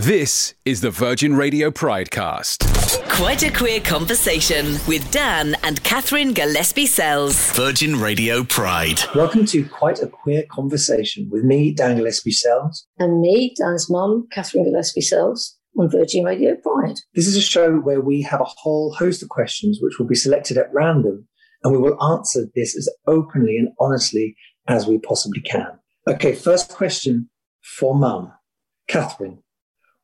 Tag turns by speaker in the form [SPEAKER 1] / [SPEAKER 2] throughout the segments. [SPEAKER 1] This is the Virgin Radio Pridecast.
[SPEAKER 2] Quite a queer conversation with Dan and Catherine Gillespie Sells.
[SPEAKER 3] Virgin Radio Pride.
[SPEAKER 4] Welcome to Quite a Queer Conversation with me, Dan Gillespie Sells.
[SPEAKER 5] and me, Dan's mum, Catherine Gillespie Sells, on Virgin Radio Pride.
[SPEAKER 4] This is a show where we have a whole host of questions which will be selected at random, and we will answer this as openly and honestly as we possibly can. Okay, first question for Mum. Catherine,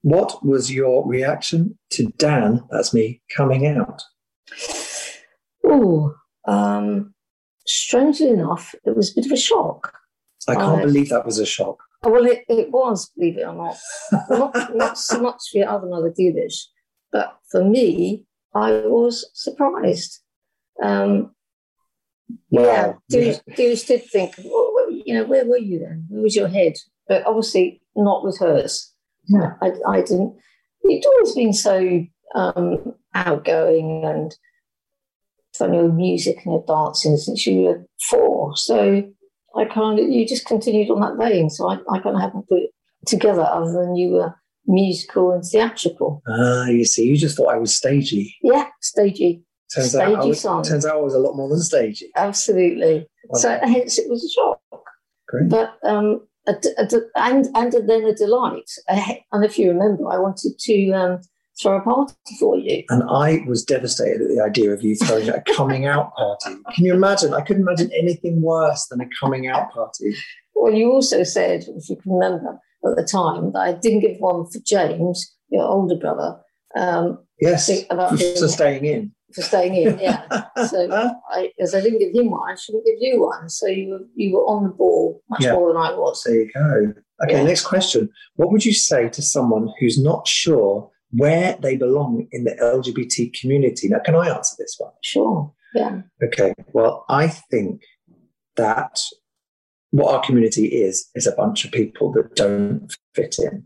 [SPEAKER 4] what was your reaction to Dan, that's me, coming out?
[SPEAKER 5] Ooh, um, strangely enough, it was a bit of a shock.
[SPEAKER 4] I can't
[SPEAKER 5] Uh,
[SPEAKER 4] believe that was a shock.
[SPEAKER 5] Oh, Well, it, it was, believe it or not. Not, not so much for the other mother do this, but for me, I was surprised. Um, yeah,
[SPEAKER 4] Wow.
[SPEAKER 5] Deuce, Deuce did think, "Well, well, you know, where were you then? Where was your head? But obviously not with hers.
[SPEAKER 4] Yeah.
[SPEAKER 5] I, I didn't. You'd always been so um, outgoing and from your music and your dancing since you were four. So I kind of, you just continued on that vein. So I, I kind of haven't put it together other than you were musical and theatrical.
[SPEAKER 4] Ah, you see, you just thought I was stagey.
[SPEAKER 5] Yeah, stagey.
[SPEAKER 4] Turns out I
[SPEAKER 5] Stagey
[SPEAKER 4] was,
[SPEAKER 5] son.
[SPEAKER 4] turns out I was a lot more than stagey.
[SPEAKER 5] Absolutely. So hence it was a shock.
[SPEAKER 4] Great.
[SPEAKER 5] but um, a d a d and and then a delight. I- And if you remember, I wanted to um, throw a party for you.
[SPEAKER 4] And I was devastated at the idea of you throwing a coming out party. Can you imagine? I couldn't imagine anything worse than a coming out party.
[SPEAKER 5] Well, you also said, if you can remember at the time, that I didn't give one for James, your older brother, um,
[SPEAKER 4] Yes,
[SPEAKER 5] think about doing
[SPEAKER 4] for
[SPEAKER 5] it
[SPEAKER 4] staying in.
[SPEAKER 5] for staying in. Yeah, So- I, as I didn't give him one, I shouldn't give you one. So you were you were on the ball much
[SPEAKER 4] Yeah.
[SPEAKER 5] more than I was.
[SPEAKER 4] there you go. Okay,
[SPEAKER 5] Yeah.
[SPEAKER 4] next question. What would you say to someone who's not sure where they belong in the LGBT community? Now, can I answer this one?
[SPEAKER 5] Sure. Yeah.
[SPEAKER 4] Okay. Well, I think that what our community is is a bunch of people that don't fit in.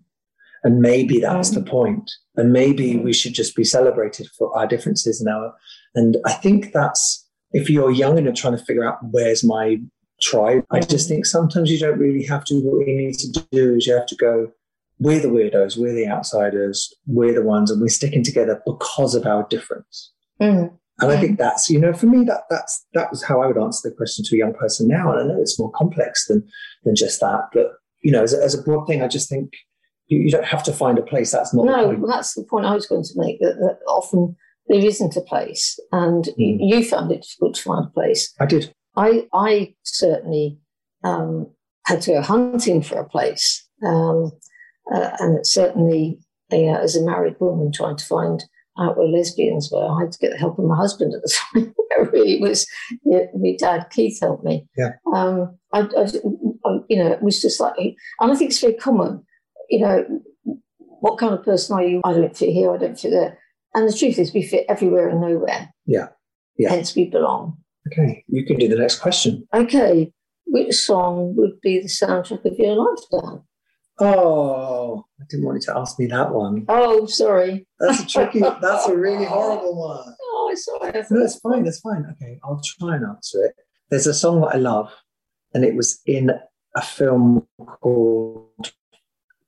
[SPEAKER 4] And maybe that's the point. And maybe we should just be celebrated for our differences and our and I think that's if you're young and you're trying to figure out where's my tribe, I just think sometimes you don't really have to what you need to do is you have to go, we're the weirdos, we're the outsiders, we're the ones, and we're sticking together because of our difference.
[SPEAKER 5] Mm.
[SPEAKER 4] And I think that's, you know, for me, that that's that was how I would answer the question to a young person now. And I know it's more complex than than just that, but you know, as a, as a broad thing, I just think you, you don't have to find a place. That's not the
[SPEAKER 5] No,
[SPEAKER 4] point.
[SPEAKER 5] that's the point I was going to make. That, that often there isn't a place, and
[SPEAKER 4] Mm.
[SPEAKER 5] you found it difficult to find a place.
[SPEAKER 4] I did.
[SPEAKER 5] I I certainly um, had to go hunting for a place, um, uh, and certainly you know, as a married woman trying to find out where lesbians were, I had to get the help of my husband at the time. it really was yeah, my dad Keith helped me.
[SPEAKER 4] Yeah.
[SPEAKER 5] Um, I, I, I- you know, it was just like, and I think it's very common. You know, what kind of person are you? I don't fit here. I don't fit there. And the truth is, we fit everywhere and nowhere.
[SPEAKER 4] Yeah. Yeah.
[SPEAKER 5] Hence, we belong.
[SPEAKER 4] Okay, you can do the next question.
[SPEAKER 5] Okay, which song would be the soundtrack of your life, Dan?
[SPEAKER 4] Oh, I didn't want you to ask me that one.
[SPEAKER 5] Oh, sorry.
[SPEAKER 4] That's a tricky. that's a really horrible one.
[SPEAKER 5] Oh, sorry. I
[SPEAKER 4] No,
[SPEAKER 5] thought-
[SPEAKER 4] that's fine. That's fine. Okay, I'll try and answer it. There's a song that I love, and it was in a film called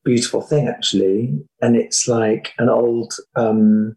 [SPEAKER 4] Beautiful Thing, actually. And it's like an old, um,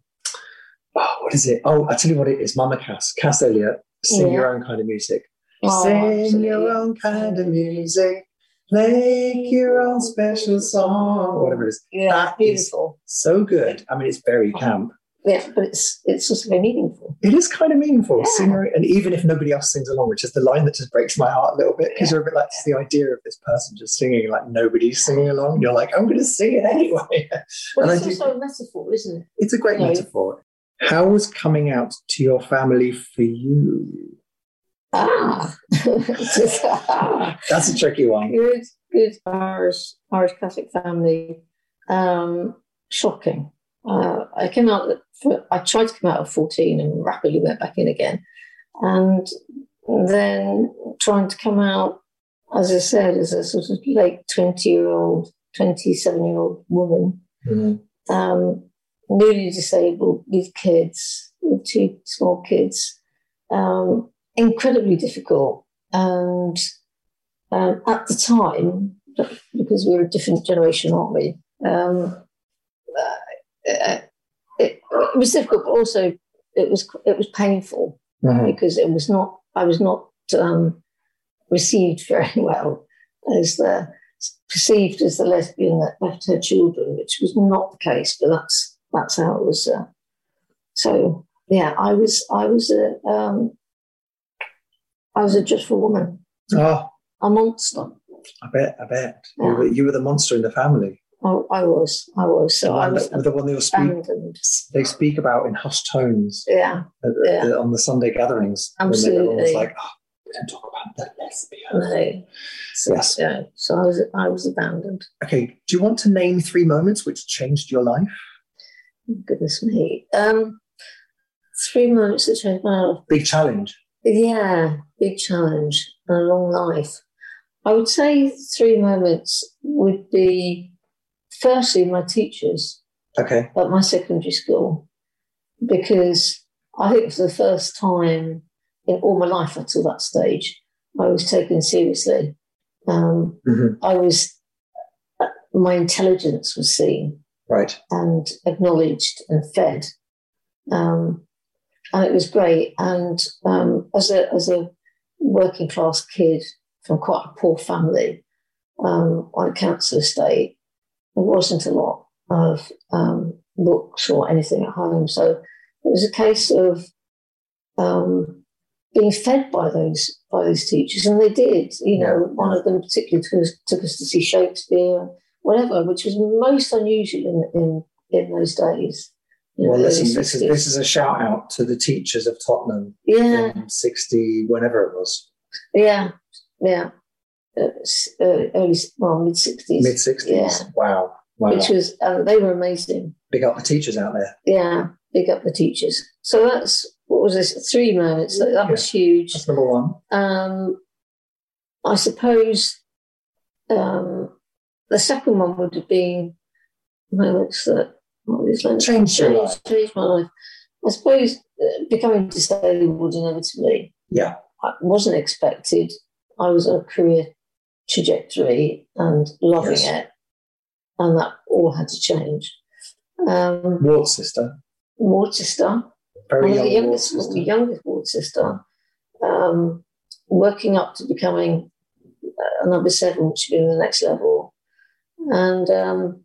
[SPEAKER 4] oh, what is it? Oh, I tell you what it is Mama Cass, Cass Elliot, sing
[SPEAKER 5] Yeah.
[SPEAKER 4] your own kind of music.
[SPEAKER 5] Oh,
[SPEAKER 4] Sing
[SPEAKER 5] absolutely.
[SPEAKER 4] your own kind of music, make your own special song, whatever it is.
[SPEAKER 5] Yeah,
[SPEAKER 4] That is-
[SPEAKER 5] beautiful.
[SPEAKER 4] So good. I mean, it's
[SPEAKER 5] Oh.
[SPEAKER 4] very camp.
[SPEAKER 5] Yeah, but it's it's also very meaningful.
[SPEAKER 4] it is kind of meaningful
[SPEAKER 5] Yeah.
[SPEAKER 4] scenery and even if nobody else sings along which is the line that just breaks my heart a little bit because you're a bit like it's the idea of this person just singing like nobody's singing along you're like i'm going to sing it anyway
[SPEAKER 5] Well,
[SPEAKER 4] And
[SPEAKER 5] it's
[SPEAKER 4] I do-
[SPEAKER 5] also a metaphor, isn't it?
[SPEAKER 4] it's a great
[SPEAKER 5] Yeah.
[SPEAKER 4] metaphor how was coming out to your family for you
[SPEAKER 5] Ah, Just, ah.
[SPEAKER 4] that's a tricky one
[SPEAKER 5] good, good Irish Irish Catholic family. Um, shocking. Uh, I came out. at- For, I tried to come out at fourteen and rapidly went back in again, and then trying to come out, as I said, as a sort of late twenty-year-old, twenty-seven-year-old woman,
[SPEAKER 4] Mm.
[SPEAKER 5] um, newly disabled, with kids, with two small kids, um, incredibly difficult. And um, at the time, because we're a different generation, aren't we? Um, uh, it, it was difficult, but also it was it was painful
[SPEAKER 4] Mhm.
[SPEAKER 5] because it was not I was not um, received very well as the perceived as the lesbian that left her children, which was not the case. But that's that's how it was. Uh, so yeah, I was I was a um, I was a just for woman,
[SPEAKER 4] Oh,
[SPEAKER 5] a monster.
[SPEAKER 4] I bet, I bet.
[SPEAKER 5] Yeah.
[SPEAKER 4] You, were, you were the monster in the family.
[SPEAKER 5] I, I was I was so
[SPEAKER 4] the,
[SPEAKER 5] I
[SPEAKER 4] one
[SPEAKER 5] was
[SPEAKER 4] that, the one they will speak.
[SPEAKER 5] abandoned.
[SPEAKER 4] They speak about in hushed tones
[SPEAKER 5] Yeah,
[SPEAKER 4] at the-
[SPEAKER 5] Yeah.
[SPEAKER 4] the- on the Sunday gatherings. when they- Everyone's
[SPEAKER 5] Absolutely.
[SPEAKER 4] like, oh, we don't talk about the lesbian.
[SPEAKER 5] no. So,
[SPEAKER 4] Yes.
[SPEAKER 5] yeah, so I was I was abandoned.
[SPEAKER 4] Okay, do you want to name three moments which changed your life?
[SPEAKER 5] Goodness me. Um, three moments that changed my life.
[SPEAKER 4] Big challenge.
[SPEAKER 5] Yeah, big challenge and a long life. I would say three moments would be firstly my teachers
[SPEAKER 4] Okay.
[SPEAKER 5] at my secondary school, because I think for the first time in all my life up till that stage, I was taken seriously. Um,
[SPEAKER 4] Mhm.
[SPEAKER 5] I was, my intelligence was seen
[SPEAKER 4] Right.
[SPEAKER 5] and acknowledged and fed. Um, and it was great. And um, as a as a working class kid from quite a poor family um, on a council estate, there wasn't a lot of um, books or anything at home. So it was a case of um, being fed by those by those teachers, and they did. You know, one of them particularly took us, took us to see Shakespeare, whatever, which was most unusual in in, in those days. You know,
[SPEAKER 4] Well,
[SPEAKER 5] early
[SPEAKER 4] listen, this is
[SPEAKER 5] 60s.
[SPEAKER 4] this is a shout out to the teachers of Tottenham
[SPEAKER 5] yeah,
[SPEAKER 4] in sixty, whenever it was,
[SPEAKER 5] yeah, yeah. Uh, s- uh, early, well, mid sixties,
[SPEAKER 4] mid sixties.
[SPEAKER 5] Yeah.
[SPEAKER 4] Wow, wow.
[SPEAKER 5] which was um, they were amazing.
[SPEAKER 4] Big up the teachers out there.
[SPEAKER 5] Yeah, big up the teachers. So that's what was this three moments that, that was huge.
[SPEAKER 4] That's number one.
[SPEAKER 5] um, I suppose um, the second one would have been moments that well, it's like
[SPEAKER 4] Changed your life.
[SPEAKER 5] changed my life. I suppose uh, becoming disabled inevitably.
[SPEAKER 4] Yeah.
[SPEAKER 5] I wasn't expected. I was on a career trajectory and loving
[SPEAKER 4] Yes.
[SPEAKER 5] it, and that all had to change. Um,
[SPEAKER 4] Ward sister,
[SPEAKER 5] Waterstown
[SPEAKER 4] very
[SPEAKER 5] one
[SPEAKER 4] young
[SPEAKER 5] of the
[SPEAKER 4] ward
[SPEAKER 5] youngest,
[SPEAKER 4] sister.
[SPEAKER 5] the youngest ward sister, um, working up to becoming uh, a number seven, which would be the next level. And um,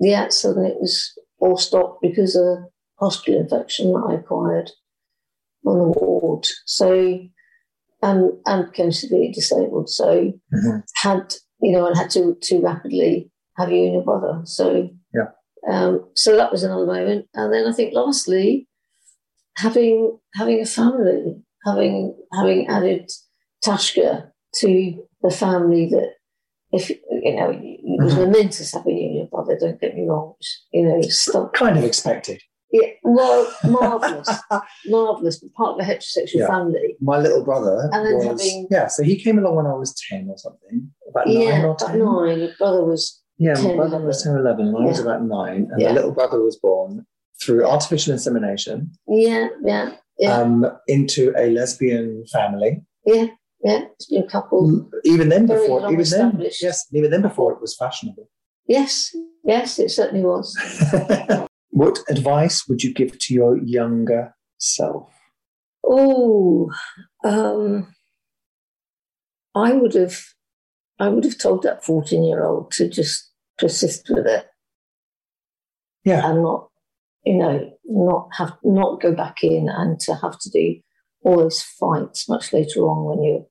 [SPEAKER 5] yeah, suddenly it was all stopped because of a hospital infection that I acquired on the ward. So, um, and became severely disabled. So,
[SPEAKER 4] Mhm.
[SPEAKER 5] had you know, and had to to rapidly have you and your brother. So
[SPEAKER 4] Yeah.
[SPEAKER 5] um, so that was another moment. And then I think lastly, having having a family, having having added Tashka to the family that if you know it was
[SPEAKER 4] Mhm.
[SPEAKER 5] momentous having you and your brother. Don't get me wrong, it was, you know, stuff.
[SPEAKER 4] Kind of expected.
[SPEAKER 5] Yeah, well, marvelous, marvelous, but part of a heterosexual
[SPEAKER 4] Yeah.
[SPEAKER 5] family.
[SPEAKER 4] My little brother
[SPEAKER 5] And then
[SPEAKER 4] was
[SPEAKER 5] having-
[SPEAKER 4] yeah. So he came along when I was ten or something, about nine
[SPEAKER 5] yeah,
[SPEAKER 4] or
[SPEAKER 5] but
[SPEAKER 4] ten.
[SPEAKER 5] nine. Your brother was
[SPEAKER 4] Yeah, my
[SPEAKER 5] 10,
[SPEAKER 4] brother was 10 or 11, and I was
[SPEAKER 5] Yeah.
[SPEAKER 4] about nine, and
[SPEAKER 5] Yeah.
[SPEAKER 4] the little brother was born through artificial insemination
[SPEAKER 5] yeah, yeah, yeah,
[SPEAKER 4] um, into a lesbian family.
[SPEAKER 5] yeah, yeah. It's been a couple.
[SPEAKER 4] Even then,
[SPEAKER 5] Very
[SPEAKER 4] before,
[SPEAKER 5] long
[SPEAKER 4] even then,
[SPEAKER 5] established.
[SPEAKER 4] yes, even then, before it was fashionable.
[SPEAKER 5] Yes, yes, it certainly was.
[SPEAKER 4] what advice would you give to your younger self?
[SPEAKER 5] Oh, um, I would have, I would have told that fourteen-year-old to just persist with it
[SPEAKER 4] Yeah,
[SPEAKER 5] and not, you know, not have, not go back in and to have to do all those fights much later on when you,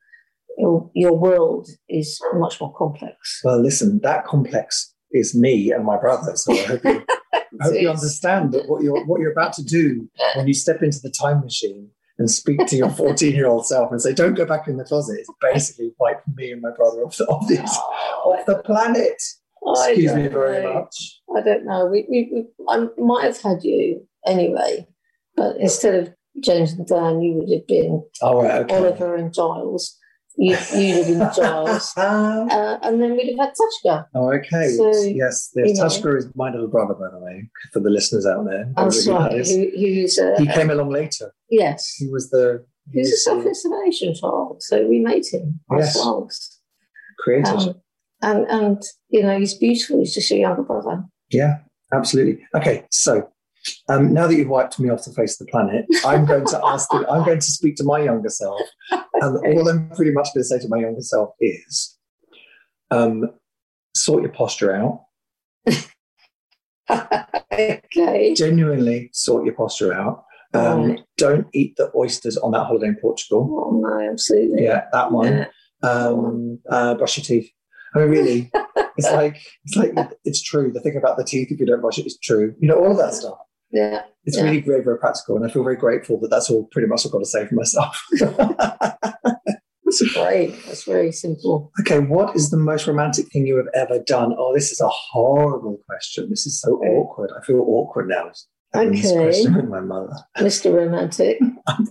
[SPEAKER 5] your your world is much more complex.
[SPEAKER 4] well, listen, that complex is me and my brother, so I hope you, I hope you understand that what you're, what you're about to do when you step into the time machine. And speak to your 14 year old self and say, Don't go back in the closet. It's basically like me and my brother off the, off this, off the planet.
[SPEAKER 5] Oh, I
[SPEAKER 4] Excuse
[SPEAKER 5] don't
[SPEAKER 4] me very
[SPEAKER 5] know.
[SPEAKER 4] much.
[SPEAKER 5] I don't know. We, we, we I might have had you anyway, but instead of James and Dan, you would have been
[SPEAKER 4] All right, okay.
[SPEAKER 5] Oliver and Giles. You, you'd have been Giles.
[SPEAKER 4] oh,
[SPEAKER 5] Uh, and then we'd have had Tachka.
[SPEAKER 4] okay.
[SPEAKER 5] So,
[SPEAKER 4] yes,
[SPEAKER 5] you
[SPEAKER 4] there's
[SPEAKER 5] know.
[SPEAKER 4] Tusker is my little brother, by the way, for the listeners out there.
[SPEAKER 5] I'm
[SPEAKER 4] Everybody
[SPEAKER 5] sorry,
[SPEAKER 4] knows.
[SPEAKER 5] who, who's a,
[SPEAKER 4] He came along later.
[SPEAKER 5] yes,
[SPEAKER 4] He was the he
[SPEAKER 5] who's
[SPEAKER 4] was
[SPEAKER 5] a
[SPEAKER 4] the
[SPEAKER 5] self-insemination child. So we made him Um,
[SPEAKER 4] Yes.
[SPEAKER 5] ourselves.
[SPEAKER 4] creator.
[SPEAKER 5] Um, and, and, you know, he's beautiful. He's just a younger brother.
[SPEAKER 4] yeah, Absolutely. Okay, so um, now that you've wiped me off the face of the planet, I'm going to ask. The, I'm going to speak to my younger self, and all I'm pretty much going to say to my younger self is, um, sort your posture out.
[SPEAKER 5] okay.
[SPEAKER 4] Genuinely sort your posture out. Um,
[SPEAKER 5] Right.
[SPEAKER 4] Don't eat the oysters on that holiday in Portugal.
[SPEAKER 5] Oh no, absolutely.
[SPEAKER 4] Yeah, that one.
[SPEAKER 5] Yeah.
[SPEAKER 4] um, uh, brush your teeth. I mean, really, it's like it's like it's true. The thing about the teeth, if you don't brush it, it's true. You know, all of that stuff.
[SPEAKER 5] Yeah.
[SPEAKER 4] It's
[SPEAKER 5] Yeah.
[SPEAKER 4] really very, very practical, and I feel very grateful that that's all pretty much I've got to say for myself.
[SPEAKER 5] That's great. That's very simple.
[SPEAKER 4] okay, what is the most romantic thing you have ever done? Oh, this is a horrible question. This is so awkward. I feel awkward now. having This
[SPEAKER 5] Okay.
[SPEAKER 4] question with my mother.
[SPEAKER 5] Mr. Romantic.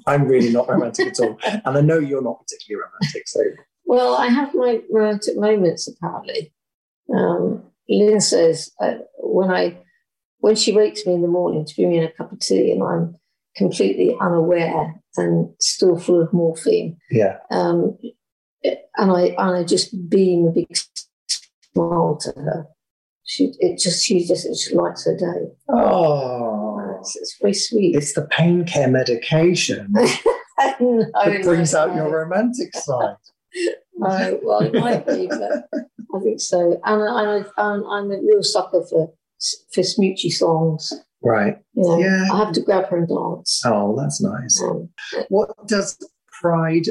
[SPEAKER 4] I'm really not romantic at all, and I know you're not particularly romantic. So,
[SPEAKER 5] Well, I have my romantic moments apparently. Um, Lynn says uh, when I when she wakes me in the morning to bring me in a cup of tea, and I'm completely unaware and still full of morphine,
[SPEAKER 4] yeah,
[SPEAKER 5] um, and I and I just beam a big smile to her. She it just she just it just lights her day.
[SPEAKER 4] oh,
[SPEAKER 5] It's, it's very sweet.
[SPEAKER 4] it's the pain care medication.
[SPEAKER 5] It
[SPEAKER 4] that brings out your romantic side.
[SPEAKER 5] No, well, it might be, but I think so. And I, I, I'm, I'm a real sucker for for smoochy songs.
[SPEAKER 4] Right.
[SPEAKER 5] You know,
[SPEAKER 4] Yeah.
[SPEAKER 5] I have to grab her and dance.
[SPEAKER 4] Oh, that's nice.
[SPEAKER 5] Um,
[SPEAKER 4] What does pride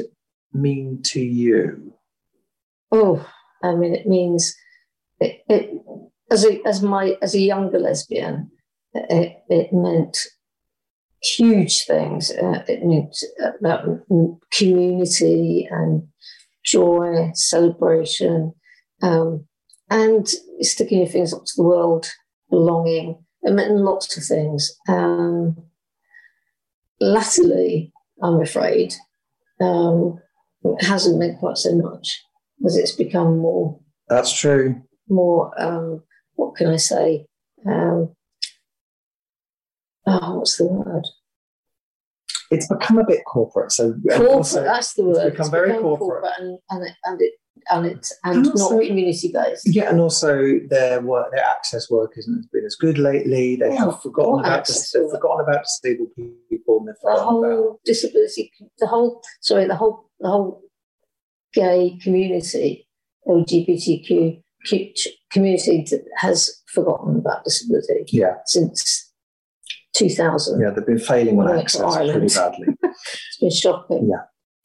[SPEAKER 4] mean to you?
[SPEAKER 5] oh, I mean, it means it, it as a as my as a younger lesbian, it, it meant huge things. Uh, it meant about community and joy, celebration, um, and sticking your fingers up to the world, belonging. It meant lots of things. Um, latterly, I'm afraid, um, it hasn't meant quite so much as it's become more
[SPEAKER 4] That's true.
[SPEAKER 5] more um, what can I say? Um, oh, what's the word?
[SPEAKER 4] It's become a bit corporate. So and
[SPEAKER 5] Corporate.
[SPEAKER 4] also-
[SPEAKER 5] that's the
[SPEAKER 4] it's
[SPEAKER 5] word.
[SPEAKER 4] become very corporate.
[SPEAKER 5] and and it and it and, it, and,
[SPEAKER 4] And
[SPEAKER 5] not
[SPEAKER 4] also-
[SPEAKER 5] community based.
[SPEAKER 4] yeah, and also their work, their access work hasn't been as good lately. They
[SPEAKER 5] Oh,
[SPEAKER 4] have forgotten
[SPEAKER 5] what
[SPEAKER 4] about
[SPEAKER 5] access
[SPEAKER 4] they've
[SPEAKER 5] work?
[SPEAKER 4] forgotten about disabled people. And they've
[SPEAKER 5] The
[SPEAKER 4] forgotten about
[SPEAKER 5] whole disability, the whole sorry, the whole the whole gay community, LGBTQ community that has forgotten about disability
[SPEAKER 4] yeah,
[SPEAKER 5] since 2000.
[SPEAKER 4] yeah, they've been failing on
[SPEAKER 5] Well, it's
[SPEAKER 4] access
[SPEAKER 5] Ireland.
[SPEAKER 4] pretty badly.
[SPEAKER 5] It's been shocking.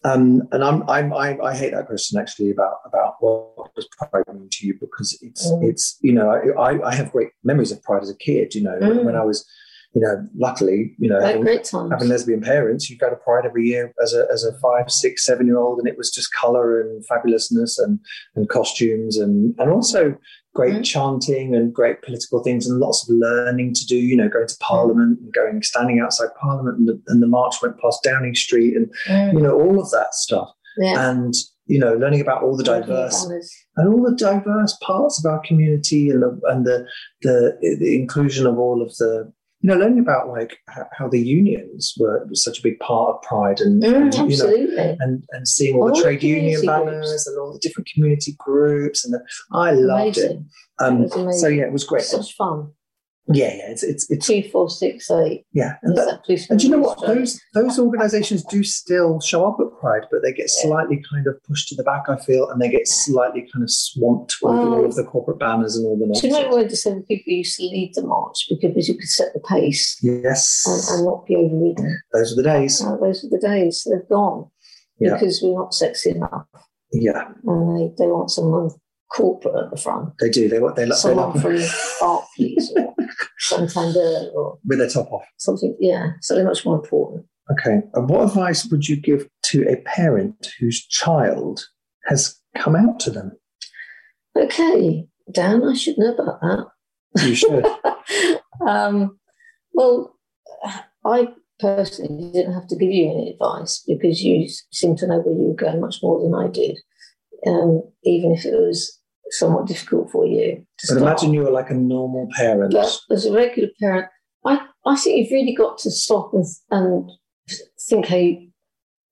[SPEAKER 4] Um, and I'm, I'm, I, I hate that question actually about about what does pride mean to you because it's
[SPEAKER 5] Mm.
[SPEAKER 4] it's you know I, I have great memories of pride as a kid you know
[SPEAKER 5] Mm.
[SPEAKER 4] when I was you know luckily you know
[SPEAKER 5] Like
[SPEAKER 4] having,
[SPEAKER 5] great times.
[SPEAKER 4] having lesbian parents you go to pride every year as a as a five six seven year old and it was just color and fabulousness and and costumes and and also great
[SPEAKER 5] Mm.
[SPEAKER 4] chanting and great political things and lots of learning to do you know going
[SPEAKER 5] Mm.
[SPEAKER 4] to parliament and going standing outside parliament and the, and the march went past Downing Street and
[SPEAKER 5] Mm,
[SPEAKER 4] you know all of that stuff
[SPEAKER 5] yeah.
[SPEAKER 4] and you know learning about all the diverse and all the diverse parts of our community and the and the the, the inclusion of all of the you know learning about like h- how the unions were was such a big part of pride and,
[SPEAKER 5] Mm,
[SPEAKER 4] and, you know
[SPEAKER 5] absolutely.
[SPEAKER 4] and, and seeing all,
[SPEAKER 5] All
[SPEAKER 4] the
[SPEAKER 5] the
[SPEAKER 4] trade union
[SPEAKER 5] community
[SPEAKER 4] banners
[SPEAKER 5] groups.
[SPEAKER 4] and all the different community groups and the, I loved it.
[SPEAKER 5] Amazing.
[SPEAKER 4] Um,
[SPEAKER 5] It was
[SPEAKER 4] so
[SPEAKER 5] amazing.
[SPEAKER 4] yeah, it was great.
[SPEAKER 5] Such fun.
[SPEAKER 4] Yeah, yeah, it's it's it's
[SPEAKER 5] Two, four, six, eight.
[SPEAKER 4] yeah. And
[SPEAKER 5] There's
[SPEAKER 4] that-
[SPEAKER 5] that policeman
[SPEAKER 4] And do you know
[SPEAKER 5] on
[SPEAKER 4] what?
[SPEAKER 5] the street.
[SPEAKER 4] Those those organisations do still show up at Pride, but they get slightly kind of pushed to the back, I feel, and they get slightly kind of swamped with
[SPEAKER 5] Well-
[SPEAKER 4] all of the corporate banners and all the
[SPEAKER 5] Oh. Do you remember
[SPEAKER 4] nonsense.
[SPEAKER 5] when disabled people used to lead the march because you could set the pace and,
[SPEAKER 4] Yes,
[SPEAKER 5] and not be overridden?
[SPEAKER 4] those are the days.
[SPEAKER 5] Uh, those are the days they've gone
[SPEAKER 4] Yeah.
[SPEAKER 5] because we're not sexy enough
[SPEAKER 4] Yeah,
[SPEAKER 5] and they, they want someone corporate at the front.
[SPEAKER 4] they do. They what they love. They
[SPEAKER 5] Someone
[SPEAKER 4] love
[SPEAKER 5] from Barclays or Santander or
[SPEAKER 4] with their top off.
[SPEAKER 5] something. Yeah, something much more important.
[SPEAKER 4] Okay. And what advice would you give to a parent whose child has come out to them?
[SPEAKER 5] Okay, Dan, I should know about that.
[SPEAKER 4] You should.
[SPEAKER 5] um, well, I personally didn't have to give you any advice because you s- seem to know where you were going much more than I did, um, even if it was somewhat difficult for you. To
[SPEAKER 4] but
[SPEAKER 5] start.
[SPEAKER 4] imagine you were like a normal parent.
[SPEAKER 5] But as a regular parent, I, I think you've really got to stop and, and think how you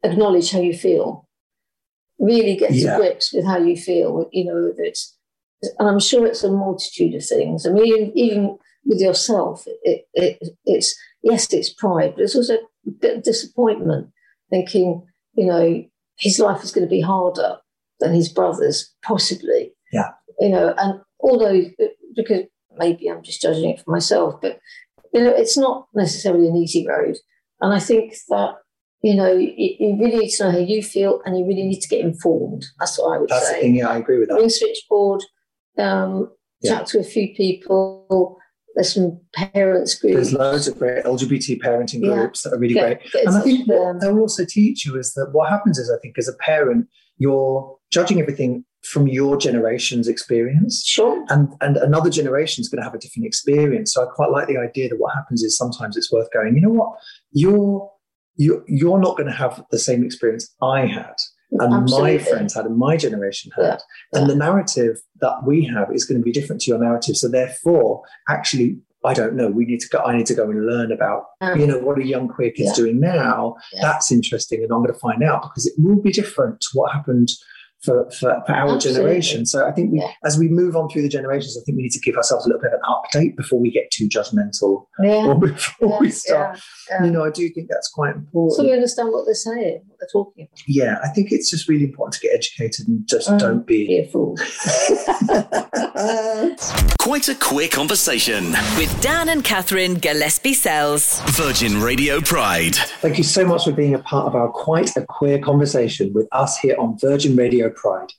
[SPEAKER 5] acknowledge how you feel. Really get
[SPEAKER 4] Yeah.
[SPEAKER 5] to grips with how you feel, you know, whether it's, and I'm sure it's a multitude of things. I mean, even with yourself, it, it, it's yes, it's pride, but it's also a bit of disappointment, thinking, you know, his life is going to be harder than his brother's, possibly.
[SPEAKER 4] Yeah.
[SPEAKER 5] You know, and although, because maybe I'm just judging it for myself, but, you know, it's not necessarily an easy road. And I think that, you know, you, you really need to know how you feel and you really need to get informed. That's what I would
[SPEAKER 4] That's
[SPEAKER 5] say
[SPEAKER 4] the thing. Yeah, I agree with that.
[SPEAKER 5] ring switchboard, um,
[SPEAKER 4] Yeah.
[SPEAKER 5] chat to a few people. There's some parents groups.
[SPEAKER 4] There's loads of great LGBT parenting
[SPEAKER 5] Yeah.
[SPEAKER 4] groups that are really
[SPEAKER 5] Get-
[SPEAKER 4] great.
[SPEAKER 5] get in
[SPEAKER 4] And I
[SPEAKER 5] touch
[SPEAKER 4] think
[SPEAKER 5] with
[SPEAKER 4] what
[SPEAKER 5] them.
[SPEAKER 4] they'll also teach you is that what happens is, I think, as a parent, you're judging everything from your generation's experience.
[SPEAKER 5] Sure.
[SPEAKER 4] and and another generation is going to have a different experience. So I quite like the idea that what happens is sometimes it's worth going. You know what? You're you you're not going to have the same experience I had, and
[SPEAKER 5] Absolutely.
[SPEAKER 4] my friends had, and my generation had,
[SPEAKER 5] Yeah,
[SPEAKER 4] and the narrative that we have is going to be different to your narrative. So therefore, actually. I don't know. We need to go. I need to go and learn about,
[SPEAKER 5] Um,
[SPEAKER 4] you know, what are young queer kids
[SPEAKER 5] yeah.
[SPEAKER 4] doing now?
[SPEAKER 5] Yeah.
[SPEAKER 4] That's interesting, and I'm going to find out because it will be different to what happened for, for, for our
[SPEAKER 5] Absolutely.
[SPEAKER 4] generation. So I think we,
[SPEAKER 5] Yeah.
[SPEAKER 4] as we move on through the generations, I think we need to give ourselves a little bit of an update before we get too judgmental
[SPEAKER 5] Yeah.
[SPEAKER 4] or before we
[SPEAKER 5] yeah,
[SPEAKER 4] start.
[SPEAKER 5] yeah, yeah.
[SPEAKER 4] You know, I do think that's quite
[SPEAKER 5] So
[SPEAKER 4] important.
[SPEAKER 5] we understand what they're saying, what they're talking about.
[SPEAKER 4] yeah, I think it's just really important to get educated and just
[SPEAKER 5] Mm.
[SPEAKER 4] don't be.
[SPEAKER 5] Be a fool.
[SPEAKER 3] Quite a queer conversation.
[SPEAKER 2] With Dan and Catherine Gillespie Sells.
[SPEAKER 3] Virgin Radio Pride.
[SPEAKER 4] Thank you so much for being a part of our quite a queer conversation with us here on Virgin Radio Pride.